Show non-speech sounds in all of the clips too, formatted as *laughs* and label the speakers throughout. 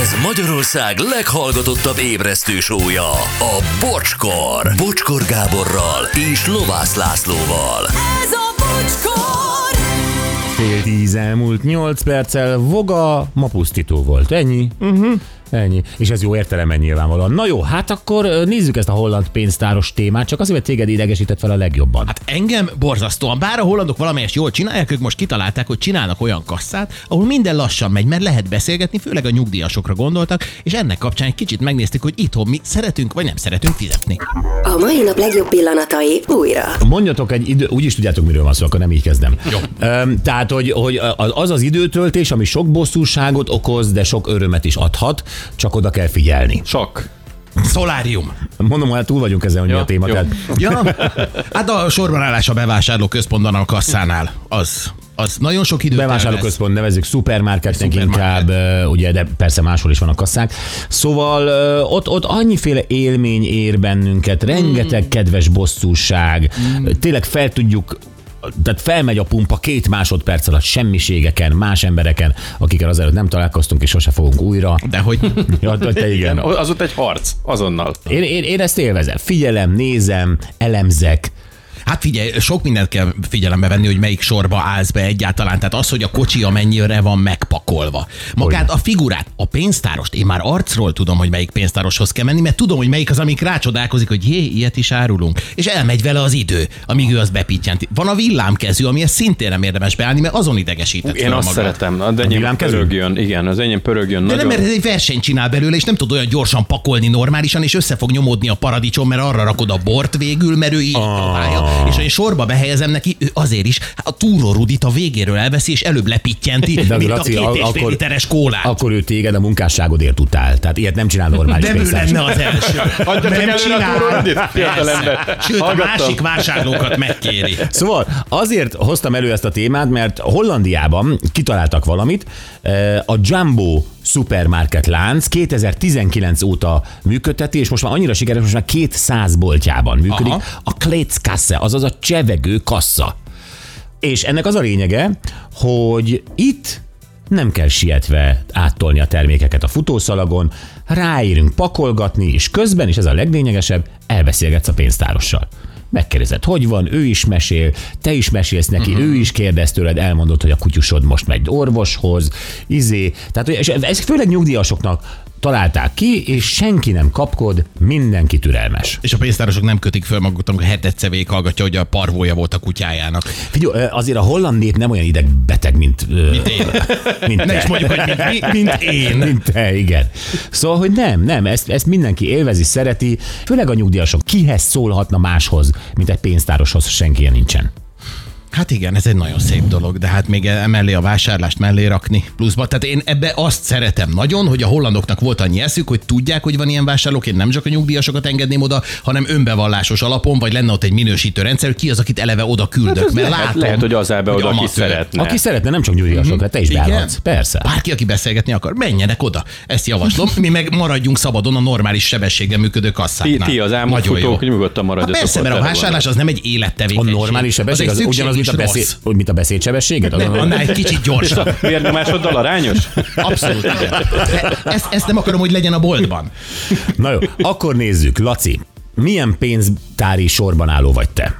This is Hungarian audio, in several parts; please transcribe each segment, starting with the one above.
Speaker 1: Ez Magyarország leghallgatottabb ébresztő sója, a Bocskor. Bocskor Gáborral és Lovász Lászlóval.
Speaker 2: Ez a bocskor!
Speaker 3: Fél tíz elmúlt nyolc perccel, voga ma pusztító volt. Ennyi. Uh-huh. Ennyi. És ez jó értelemben nyilvánvalóan. Na jó, hát akkor ö, nézzük ezt a holland pénztáros témát, csak azért, mert téged idegesített fel a legjobban. Hát,
Speaker 4: Hát engem borzasztóan, bár a hollandok valamelyest jól csinálják, ők most kitalálták, hogy csinálnak olyan kasszát, ahol minden lassan megy, mert lehet beszélgetni, főleg a nyugdíjasokra gondoltak, és ennek kapcsán egy kicsit megnéztük, hogy itthon mi szeretünk vagy nem szeretünk fizetni.
Speaker 5: A mai nap legjobb pillanatai újra.
Speaker 3: mondjatok egy idő, úgyis tudjátok, miről van szó, akkor nem így kezdem. Jó. tehát, hogy, hogy az az időtöltés, ami sok bosszúságot okoz, de sok örömet is adhat, csak oda kell figyelni.
Speaker 6: Csak.
Speaker 4: Szolárium.
Speaker 3: Mondom, hogy hát túl vagyunk ezen, hogy ja, mi
Speaker 6: Ja,
Speaker 3: a téma.
Speaker 6: jó.
Speaker 3: Tehát,
Speaker 4: Ja, *laughs* hát a sorban állás a bevásárló központban a kasszánál. Az, az nagyon sok időt elvesz.
Speaker 3: Bevásárlóközpont nevezzük szupermarketnek inkább, ö, ugye, de persze máshol is vannak kasszák. Szóval ö, ott, ott annyiféle élmény ér bennünket,
Speaker 4: Hmm.
Speaker 3: rengeteg kedves bosszúság, tényleg fel tudjuk tehát felmegy a pumpa két másodperc alatt semmiségeken, más embereken, akikkel azelőtt nem találkoztunk, és sose fogunk újra.
Speaker 4: De hogy
Speaker 3: Ja, te te
Speaker 4: *laughs*
Speaker 3: igen.
Speaker 6: Az ott egy harc, azonnal.
Speaker 3: Én, én, én ezt élvezem. Figyelem, nézem, elemzek.
Speaker 4: Hát figyelj, sok mindent kell figyelembe venni, hogy melyik sorba állsz be egyáltalán. Tehát az, hogy a kocsi amennyire van megpakolva. Magát a figurát, a pénztárost, én már arcról tudom, hogy melyik pénztároshoz kell menni, mert tudom, hogy melyik az, amik rácsodálkozik, hogy jé, ilyet is árulunk. És elmegy vele az idő, amíg ő azt bepityenti. Van a villámkezű, ami ezt szintén nem érdemes beállni, mert azon idegesített
Speaker 6: Én azt szeretem, de enyém
Speaker 3: villámkező?
Speaker 6: pörögjön, igen, az enyém pörögjön
Speaker 4: De nem,
Speaker 6: nagyon.
Speaker 4: mert ez egy versenyt csinál belőle, és nem tud olyan gyorsan pakolni normálisan, és össze fog nyomódni a paradicsom, mert arra rakod a bort végül, mert ő így
Speaker 6: Ah.
Speaker 4: próbálja. És ha én sorba behelyezem neki, ő azért is hát a túró Rudit a végéről elveszi, és előbb lepittyenti,
Speaker 3: De
Speaker 4: mint
Speaker 3: Laci,
Speaker 4: a
Speaker 3: al-
Speaker 4: két és fél
Speaker 3: akkor-
Speaker 4: literes kólát.
Speaker 3: Akkor ő téged a munkásságodért utál. Tehát ilyet nem csinál normális
Speaker 4: nem ő
Speaker 3: pénztáros.
Speaker 4: lenne az első.
Speaker 6: Adja csak
Speaker 4: Nem
Speaker 6: előre a
Speaker 4: csinál.
Speaker 6: Túró Rudit, fiatal
Speaker 4: Persze.
Speaker 6: ember.
Speaker 4: Sőt, a
Speaker 6: Hallgattam.
Speaker 4: másik vásárlókat megkéri.
Speaker 3: Szóval azért hoztam elő ezt a témát, mert Hollandiában kitaláltak valamit, eh, a Jumbo Supermarket lánc 2019 óta működteti, és most már annyira sikeres, most már 200 boltjában működik. Aha.
Speaker 4: Aha.
Speaker 3: A Kléckasse, azaz a csevegő kassa. És ennek az a lényege, hogy itt nem kell sietve áttolni a termékeket a futószalagon, ráérünk pakolgatni, és közben, és ez a leglényegesebb, elbeszélgetsz a pénztárossal. Megkérdezed, hogy van, ő is mesél, te is mesélsz neki,
Speaker 4: Mhm.
Speaker 3: uh-huh. ő is kérdez tőled, elmondod, hogy a kutyusod most megy orvoshoz, izé. Tehát, hogy- és ez főleg nyugdíjasoknak találták ki, és senki nem kapkod, mindenki türelmes.
Speaker 4: És a pénztárosok nem kötik föl magukat, amikor hetet szevék hallgatja, hogy a parvója volt a kutyájának.
Speaker 3: Figyelj, ö, azért a holland nép nem olyan idegbeteg, mint, ö,
Speaker 4: Mint én.
Speaker 3: mint
Speaker 4: Ne
Speaker 3: te.
Speaker 4: is mondjuk, hogy mint, mi, mint én.
Speaker 3: *laughs* Mint te, igen. Szóval, hogy nem, nem, ezt, ezt mindenki élvezi, szereti, főleg a nyugdíjasok. Kihez szólhatna máshoz, mint egy pénztároshoz, senki ilyen nincsen.
Speaker 4: Hát igen, ez egy nagyon szép dolog, de hát még emellé a vásárlást mellé rakni pluszba. Tehát én ebbe azt szeretem nagyon, hogy a hollandoknak volt annyi eszük, hogy tudják, hogy van ilyen vásárlók, én nem csak a nyugdíjasokat engedném oda, hanem önbevallásos alapon, vagy lenne ott egy minősítő rendszer, hogy ki az, akit eleve oda küldök,
Speaker 6: Ez
Speaker 4: hát mert
Speaker 6: lehet,
Speaker 4: látom.
Speaker 6: lehet, hogy az áll be oda, aki
Speaker 4: amatőr.
Speaker 6: szeretne.
Speaker 3: Ne. Aki szeretne, nem csak nyugdíjasokra, te is
Speaker 4: Mhm. Igen.
Speaker 3: beállhatsz. Persze.
Speaker 4: Bárki, aki beszélgetni akar, menjenek oda. Ezt javaslom. Mi meg maradjunk szabadon a normális sebességgel működő
Speaker 6: Ti,
Speaker 4: kasszáknál.
Speaker 6: ti az álmok
Speaker 4: Nagyon jó.
Speaker 6: futók, nyugodtan
Speaker 4: Hát
Speaker 6: maradjatok.
Speaker 4: persze,
Speaker 6: ott,
Speaker 4: mert a
Speaker 6: erre
Speaker 4: vásárlás az nem egy
Speaker 3: A
Speaker 4: élettevékenység.
Speaker 3: normális sebesség
Speaker 4: egy
Speaker 3: az ugyanaz, mint a,
Speaker 4: szükség és
Speaker 3: beszéd,
Speaker 4: rossz.
Speaker 3: mint a beszédsebességed?
Speaker 4: Nem, annál egy kicsit gyorsabb.
Speaker 6: gondolok. Miért nem
Speaker 3: *laughs*
Speaker 6: másoddal arányos?
Speaker 4: Abszolút. igen. De E, Ezt, ezt nem akarom, hogy legyen a boltban.
Speaker 3: Na jó, akkor nézzük. Laci, milyen pénztári sorban álló vagy te?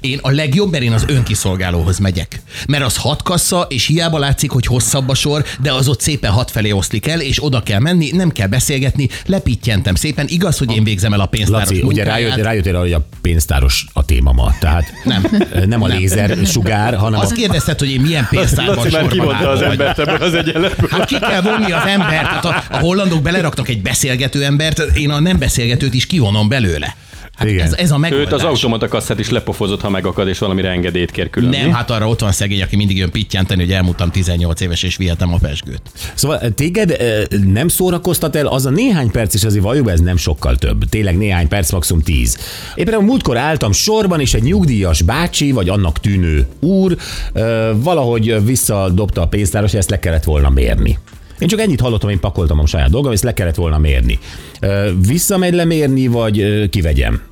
Speaker 4: Én a legjobb, mert én az önkiszolgálóhoz megyek. Mert az hat kassa, és hiába látszik, hogy hosszabb a sor, de az ott szépen hat felé oszlik el, és oda kell menni, nem kell beszélgetni, lepittyentem szépen. Igaz, hogy én végzem el a pénztáros
Speaker 3: Laci, ugye
Speaker 4: munkáját.
Speaker 3: rájött, rájöttél arra, hogy a pénztáros a téma ma. Tehát
Speaker 4: Nem.
Speaker 3: nem a lézer sugár, hanem
Speaker 4: Azt
Speaker 3: a
Speaker 4: kérdezted, hogy én milyen pénztárban
Speaker 6: Laci már
Speaker 4: sorban
Speaker 6: kivonta az
Speaker 4: állom. vagy.
Speaker 6: embert ebből az egyenletből.
Speaker 4: Hát ki kell vonni az embert. Hát a, a hollandok beleraknak egy beszélgető embert, én a nem beszélgetőt is kivonom belőle. Hát
Speaker 3: Igen.
Speaker 4: ez, ez a megoldás.
Speaker 6: Őt az automata kasszát is lepofozott, ha megakad, és valamire engedélyt kér külön.
Speaker 4: Nem, hát arra ott van szegény, aki mindig jön pittyenteni, hogy elmúltam 18 éves, és vihetem a pesgőt.
Speaker 3: Szóval téged ö, nem szórakoztat el az a néhány perc, és azért valljuk, be, ez nem sokkal több. Tényleg néhány perc, maximum tíz. Éppen a múltkor álltam sorban, és egy nyugdíjas bácsi, vagy annak tűnő úr ö, valahogy visszadobta a pénztáros, és ezt le kellett volna mérni. Én csak ennyit hallottam, én pakoltam a saját dolgom, ezt le kellett volna mérni. Ö, Visszamegy lemérni, vagy ö, kivegyem?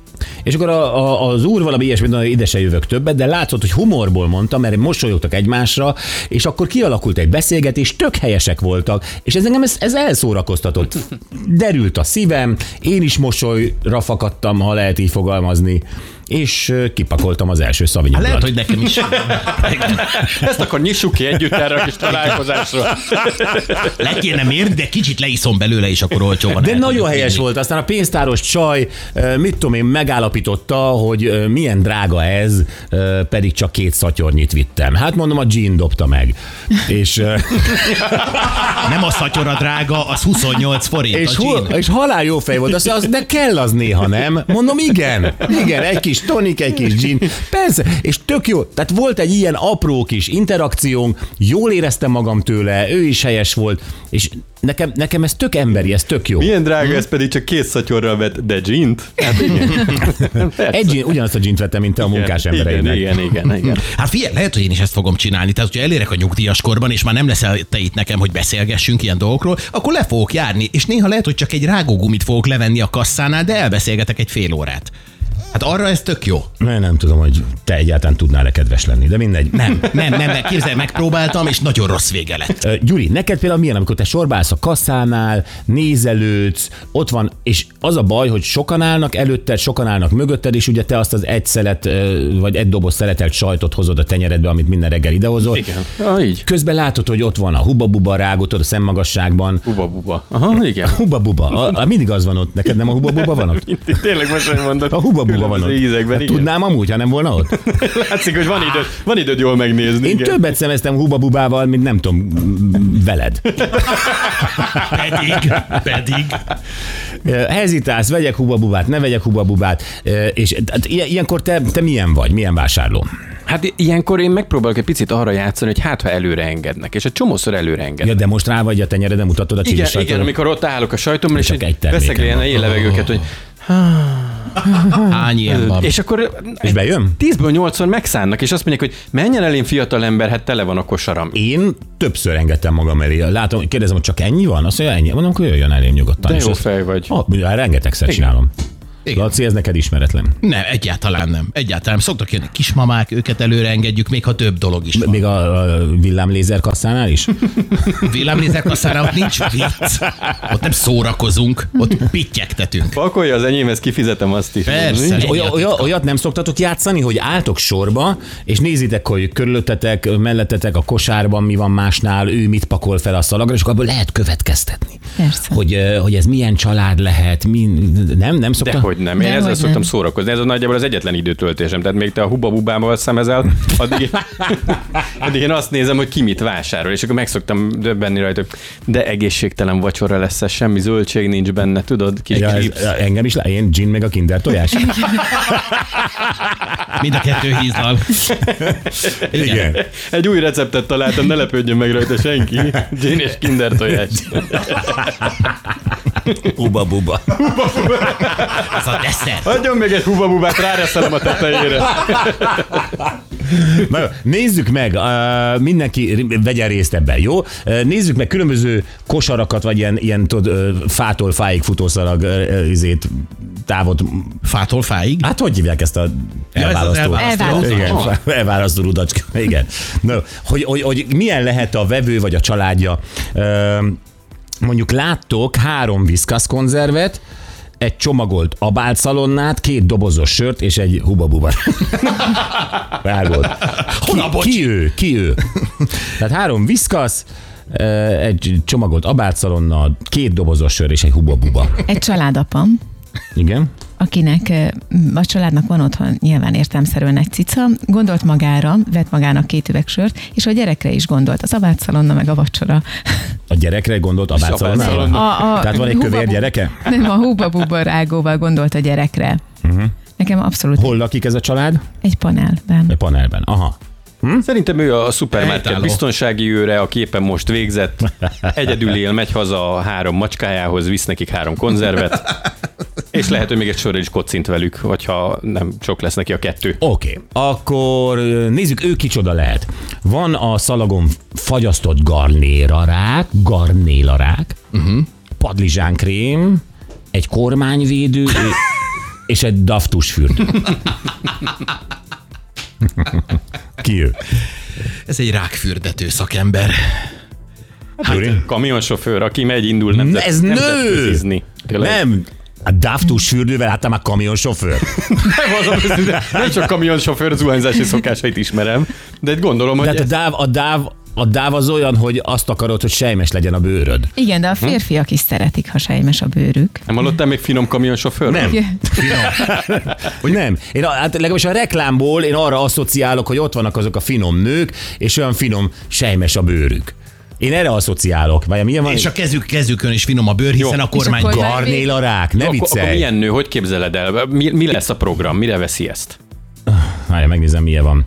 Speaker 3: És akkor a, a, az úr valami ilyesmit mondta, hogy ide se jövök többet, de látszott, hogy humorból mondta, mert mosolyogtak egymásra, és akkor kialakult egy beszélgetés, tök helyesek voltak, és ez engem ez, ez elszórakoztatott. Derült a szívem, én is mosolyra fakadtam, ha lehet így fogalmazni, és ö, kipakoltam az első szavinyomlat.
Speaker 4: Hát Lehet, hogy nekem is.
Speaker 6: *laughs* Ezt akkor nyissuk ki együtt erre a kis
Speaker 3: *laughs*
Speaker 6: találkozásra.
Speaker 4: Le kéne mérni, de kicsit leiszom belőle, és akkor olcsóban.
Speaker 3: De
Speaker 4: el
Speaker 3: nagyon
Speaker 4: tudjuk
Speaker 3: helyes
Speaker 4: vinni.
Speaker 3: volt. Aztán a pénztáros csaj, ö, mit tudom én, megállapította, hogy ö, milyen drága ez, ö, pedig csak két szatyornyit vittem. Hát mondom, a Jean dobta meg. És,
Speaker 6: *laughs*
Speaker 3: ö,
Speaker 4: Nem a szatyor a drága, az 28 forint.
Speaker 3: és,
Speaker 4: a
Speaker 3: hol,
Speaker 4: gin.
Speaker 3: és halál jó fej volt. Azt mondja, az, de kell az néha, nem? Mondom, igen. Igen, egy kis tonik, egy kis gin. Persze, és tök jó. Tehát volt egy ilyen apró kis interakciónk, jól éreztem magam tőle, ő is helyes volt, és nekem, nekem ez tök emberi, ez tök jó.
Speaker 6: Milyen drága, ez pedig csak két szatyorral vett, de gint? Hát igen.
Speaker 3: Egy gin, ugyanazt a gint vettem, mint te a munkás
Speaker 6: igen,
Speaker 3: embereinek.
Speaker 6: igen, igen,
Speaker 3: *laughs*
Speaker 6: igen.
Speaker 4: Hát figyelj, lehet, hogy én is ezt fogom csinálni. Tehát, hogyha elérek a nyugdíjas korban, és már nem leszel te itt nekem, hogy beszélgessünk ilyen dolgokról, akkor le fogok járni. És néha lehet, hogy csak egy rágógumit fogok levenni a kasszánál, de elbeszélgetek egy fél órát. Hát arra ez tök jó.
Speaker 3: Mert nem tudom, hogy te egyáltalán tudnál-e kedves lenni, de mindegy.
Speaker 4: Nem, nem, nem, nem képzelj, megpróbáltam, és nagyon rossz vége lett.
Speaker 3: Ö, Gyuri, neked például milyen, amikor te sorbálsz a kasszánál, nézelődsz, ott van, és az a baj, hogy sokan állnak előtted, sokan állnak mögötted, és ugye te azt az egy szelet, ö, vagy egy doboz szeletelt sajtot hozod a tenyeredbe, amit minden reggel idehozol.
Speaker 6: Igen. Ah, így.
Speaker 3: Közben látod, hogy ott van a hubabuba rágótod a szemmagasságban.
Speaker 6: Buba, buba. Aha,
Speaker 3: *laughs*
Speaker 6: igen.
Speaker 3: Hubabuba, a, a, mindig az van ott, neked nem a hubabuba van ott?
Speaker 6: Itt Tényleg most, hogy mondod.
Speaker 3: A hubabuba van ott.
Speaker 6: különböző Ízekben,
Speaker 3: Hát
Speaker 6: igen.
Speaker 3: Tudnám amúgy, ha nem volna ott?
Speaker 6: Látszik, Hát hogy van időd, van időd jól megnézni.
Speaker 3: Én
Speaker 6: igen.
Speaker 3: többet szemeztem hubabubával, mint nem tudom, m- veled.
Speaker 4: Pedig, pedig.
Speaker 3: *laughs* Ö, Hezitálsz, vegyek hubabubát, ne vegyek hubabubát, ö, és tehát ilyen- ilyenkor te, te milyen vagy, milyen vásárló?
Speaker 6: Hát i- ilyenkor én megpróbálok egy picit arra játszani, hogy hát ha előre engednek, és egy csomószor előre engednek.
Speaker 3: Ja, de most rá vagy a tenyeredem, mutatod a
Speaker 6: igen,
Speaker 3: csilis
Speaker 6: igen, amikor ott állok a sajtomban, és
Speaker 3: Csak egy
Speaker 6: egy
Speaker 3: terméken
Speaker 6: veszek ilyen
Speaker 3: van.
Speaker 6: él levegőket, hogy
Speaker 4: Hány ilyen van?
Speaker 6: és akkor
Speaker 3: És bejön?
Speaker 6: 10-ből 8-szor megszánnak, és azt mondják, hogy menjen el én fiatal ember, hát tele van a kosaram.
Speaker 3: Én többször engedtem magam elé. Látom, kérdezem, hogy csak ennyi van? Azt mondja, ennyi. Mondom, akkor jöjjön elém nyugodtan.
Speaker 6: De
Speaker 3: És
Speaker 6: jó
Speaker 3: azt-
Speaker 6: fej vagy.
Speaker 3: Ah, ugye, rengetegszer csinálom.
Speaker 4: Igen.
Speaker 3: Laci, ez neked ismeretlen.
Speaker 4: Nem, egyáltalán nem. Egyáltalán nem. Szoktak jönni kismamák, őket előre engedjük, még ha több dolog is van.
Speaker 3: Még a, a villámlézer kasszánál
Speaker 6: *laughs*
Speaker 3: is?
Speaker 4: Villámlézer kasszára ott nincs vicc. Ott nem szórakozunk, ott pittyektetünk.
Speaker 6: Pakolja az enyémhez, kifizetem azt is.
Speaker 4: Persze.
Speaker 6: Mi?
Speaker 3: És olyan, olyan, olyat nem szoktatok játszani, hogy álltok sorba, és nézitek, hogy körülöttetek, mellettetek a kosárban mi van másnál, ő mit pakol fel a szalagra, és akkor abból lehet következtetni.
Speaker 7: Persze.
Speaker 3: Hogy, ö, hogy ez milyen család lehet, min, nem, nem szokta.
Speaker 6: Dehogy nem. Én
Speaker 7: Dehogy
Speaker 6: ezzel
Speaker 7: nem.
Speaker 6: szoktam szórakozni. Ez a nagyjából az egyetlen időtöltésem. Tehát még te a hubabubámmal szemezel, addig *laughs* én, addig én azt nézem, hogy ki mit vásárol, és akkor meg szoktam döbbenni rajta, hogy de egészségtelen vacsora lesz ez, semmi zöldség nincs benne, tudod? Kis
Speaker 3: Ja,
Speaker 6: ja,
Speaker 3: ez, engem is, lá- én gin meg a kinder tojás.
Speaker 4: Mind a kettő hízdal. Igen.
Speaker 6: *laughs* Egy új receptet találtam, ne lepődjön meg rajta senki. *laughs* Gin és kinder tojás.
Speaker 3: Uba-buba.
Speaker 4: Ez a desszert.
Speaker 6: Adjon még egy hubabubát, ráreszelem a tetejére.
Speaker 3: Na, jó, nézzük meg, ö, mindenki ri- vegyen részt ebben, jó? Ö, Nézzük meg különböző kosarakat, vagy ilyen, ilyen tudod, ö, fától fáig futószalag ö, ö, izét, távot.
Speaker 4: Fától fáig?
Speaker 3: Hát hogy hívják ezt a
Speaker 4: ez az
Speaker 3: elválasztó?
Speaker 4: elválasztó.
Speaker 3: Igen,
Speaker 4: Elválasztó.
Speaker 3: oh. *laughs* elválasztó rudacska. Igen. No, hogy, hogy, hogy milyen lehet a vevő vagy a családja. Ö, Mondjuk láttok három viszkasz konzervet, egy csomagolt abált szalonnát, két dobozos sört és egy hubabuba. *laughs* Vágod.
Speaker 4: Hol a bocs?
Speaker 3: Ki, ki ő? Ki ő? Tehát három viszkasz, ö, egy csomagolt abált szalonna, két dobozos sör és egy hubabuba.
Speaker 7: Egy családapam,
Speaker 3: Igen?
Speaker 7: akinek ö, a családnak van otthon nyilván értelmszerűen egy cica, gondolt magára, vett magának két üveg sört, és a gyerekre is gondolt, az abátszalonna meg a
Speaker 3: *laughs*
Speaker 7: vacsora.
Speaker 3: A gyerekre gondolt abált
Speaker 6: abátszalonna.
Speaker 3: szalonna?
Speaker 7: A, a
Speaker 3: Tehát van egy
Speaker 7: hubabub-
Speaker 3: kövér gyereke?
Speaker 7: Nem, a húba rágóval gondolt a gyerekre. Nekem abszolút
Speaker 3: Mhm. Hol Hm? lakik ez a család?
Speaker 7: egy panelben.
Speaker 3: A panelben. Aha.
Speaker 6: Szerintem ő a szupermarket
Speaker 4: Helytálló.
Speaker 6: biztonsági őre, aki éppen most végzett. Egyedül él, megy haza a három macskájához, visz nekik három konzervet, és lehet, hogy még egy sorra is kocint velük, hogyha nem sok lesz neki a kettő.
Speaker 3: Oké, okay. akkor ö, nézzük, ő kicsoda lehet. Van a szalagon fagyasztott garnélarák, garnélarák, uh-huh. padlizsánkrém, egy kormányvédő, ö, és egy daftus fürdő. Ki ő?
Speaker 4: Ez egy rákfürdető szakember.
Speaker 6: Hát,
Speaker 3: Gyuri?
Speaker 6: Kamionsofőr, aki megy, indul nemzet,
Speaker 3: Ez nő!
Speaker 6: nemzetközizni. Tényleg.
Speaker 3: Nem! A daftus fürdővel, hát te már kamionsofőr.
Speaker 6: Megmondom őszintén, Nem csak kamionsofőr zuhanyzási szokásait ismerem, de gondolom,
Speaker 3: De
Speaker 6: hogy
Speaker 3: hát a
Speaker 6: ez,
Speaker 3: dáv, a dáv, a dáv az olyan, hogy azt akarod, hogy sejmes legyen a bőröd.
Speaker 7: Igen, de a férfiak is szeretik, ha sejmes a
Speaker 3: *laughs*
Speaker 7: bőrük.
Speaker 6: nem hallottál még finom kamionsofőr?
Speaker 3: Hogy nem. Én a, hát legalábbis a reklámból én arra asszociálok, hogy ott vannak azok a finom nők, és olyan finom sejmes a bőrük. Én erre asszociálok. Vagy milyen van?
Speaker 4: És a kezük kezükön is finom a bőr, hiszen a kormány
Speaker 7: akkor-
Speaker 4: gar-
Speaker 3: Garnél a rák, ne
Speaker 6: Akkor, akkor
Speaker 3: viccelj.
Speaker 6: milyen nő, hogy képzeled el? Mi, mi lesz a program? Mire veszi ezt?
Speaker 3: Várjál, megnézem, milyen van.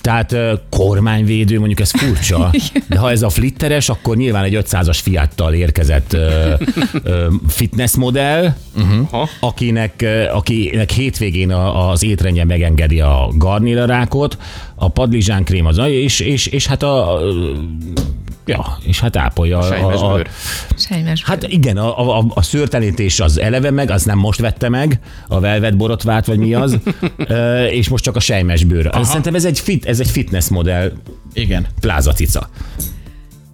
Speaker 3: Tehát ö, kormányvédő, mondjuk ez furcsa, de ha ez a flitteres, akkor nyilván egy 500-as fiattal érkezett ö, ö, Mhm. fitnessmodell,
Speaker 6: Aha.
Speaker 3: akinek, ö, akinek hétvégén a- az étrendje megengedi a garnéla rákot, a padlizsán krém az, és, és, és hát a... ö, Ja, és hát ápolja
Speaker 6: Sejmes
Speaker 3: a, a,
Speaker 6: bőr.
Speaker 7: Sejmes
Speaker 3: Hát igen, a, a, a szőrtenítés az eleve meg, az nem most vette meg, a velvet borotvát, vagy mi az, Ö, és most csak a sejmes bőr. Aha. Szerintem ez egy, fit, ez egy fitness modell
Speaker 4: Igen.
Speaker 3: plázacica.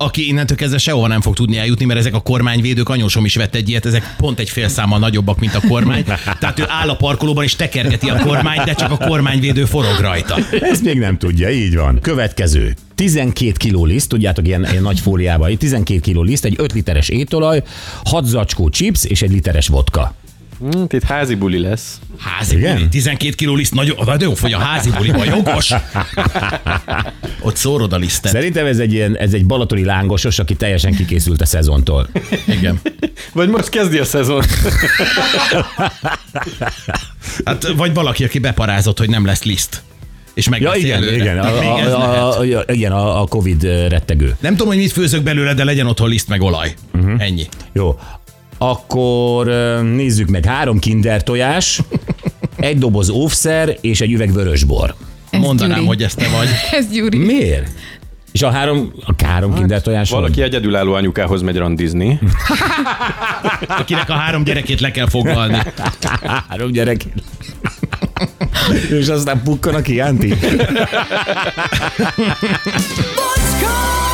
Speaker 4: Aki innentől kezdve sehova nem fog tudni eljutni, mert ezek a kormányvédők, anyósom is vett egy ilyet, ezek pont egy fél számmal nagyobbak, mint a
Speaker 3: *laughs*
Speaker 4: kormány. Tehát ő áll a parkolóban és tekergeti a kormányt, de csak a kormányvédő forog rajta.
Speaker 3: Ezt még nem tudja, így van. Következő. 12 kiló liszt, tudjátok, ilyen, ilyen nagy fóliában, 12 kiló liszt, egy 5 literes étolaj, 6 zacskó chips és egy literes vodka.
Speaker 6: Hm, itt házi buli lesz.
Speaker 4: Házi
Speaker 3: Igen?
Speaker 4: buli, 12 kiló liszt, nagyon, de jó fogy a házi buliba,
Speaker 3: *laughs*
Speaker 4: jogos. Ott szórod a lisztet.
Speaker 3: Szerintem ez egy, ilyen, ez egy balatoni lángosos, aki teljesen kikészült a szezontól.
Speaker 4: Igen.
Speaker 6: Vagy most kezdi a szezon.
Speaker 4: Hát, vagy valaki, aki beparázott, hogy nem lesz liszt. És meg
Speaker 3: Ja, igen, igen, a, a, a, a, a, igen, a, a Covid rettegő.
Speaker 4: Nem tudom, hogy mit főzök belőle, de legyen otthon liszt meg olaj.
Speaker 3: Mhm.
Speaker 4: Uh-huh. Ennyi.
Speaker 3: Jó, akkor ö, nézzük meg. Három kinder tojás, egy doboz óvszer és egy üveg vörösbor.
Speaker 7: Ez
Speaker 4: Mondanám,
Speaker 7: Gyuri.
Speaker 4: hogy ezt te vagy.
Speaker 7: Ez Gyuri.
Speaker 3: Miért? És a három, a három kinder tojás van?
Speaker 6: Valaki egyedülálló anyukához megy randizni.
Speaker 4: Akinek a három gyerekét le kell foglalni.
Speaker 3: Három gyerek. és aztán pukkan a kiánti.
Speaker 2: Bocskor!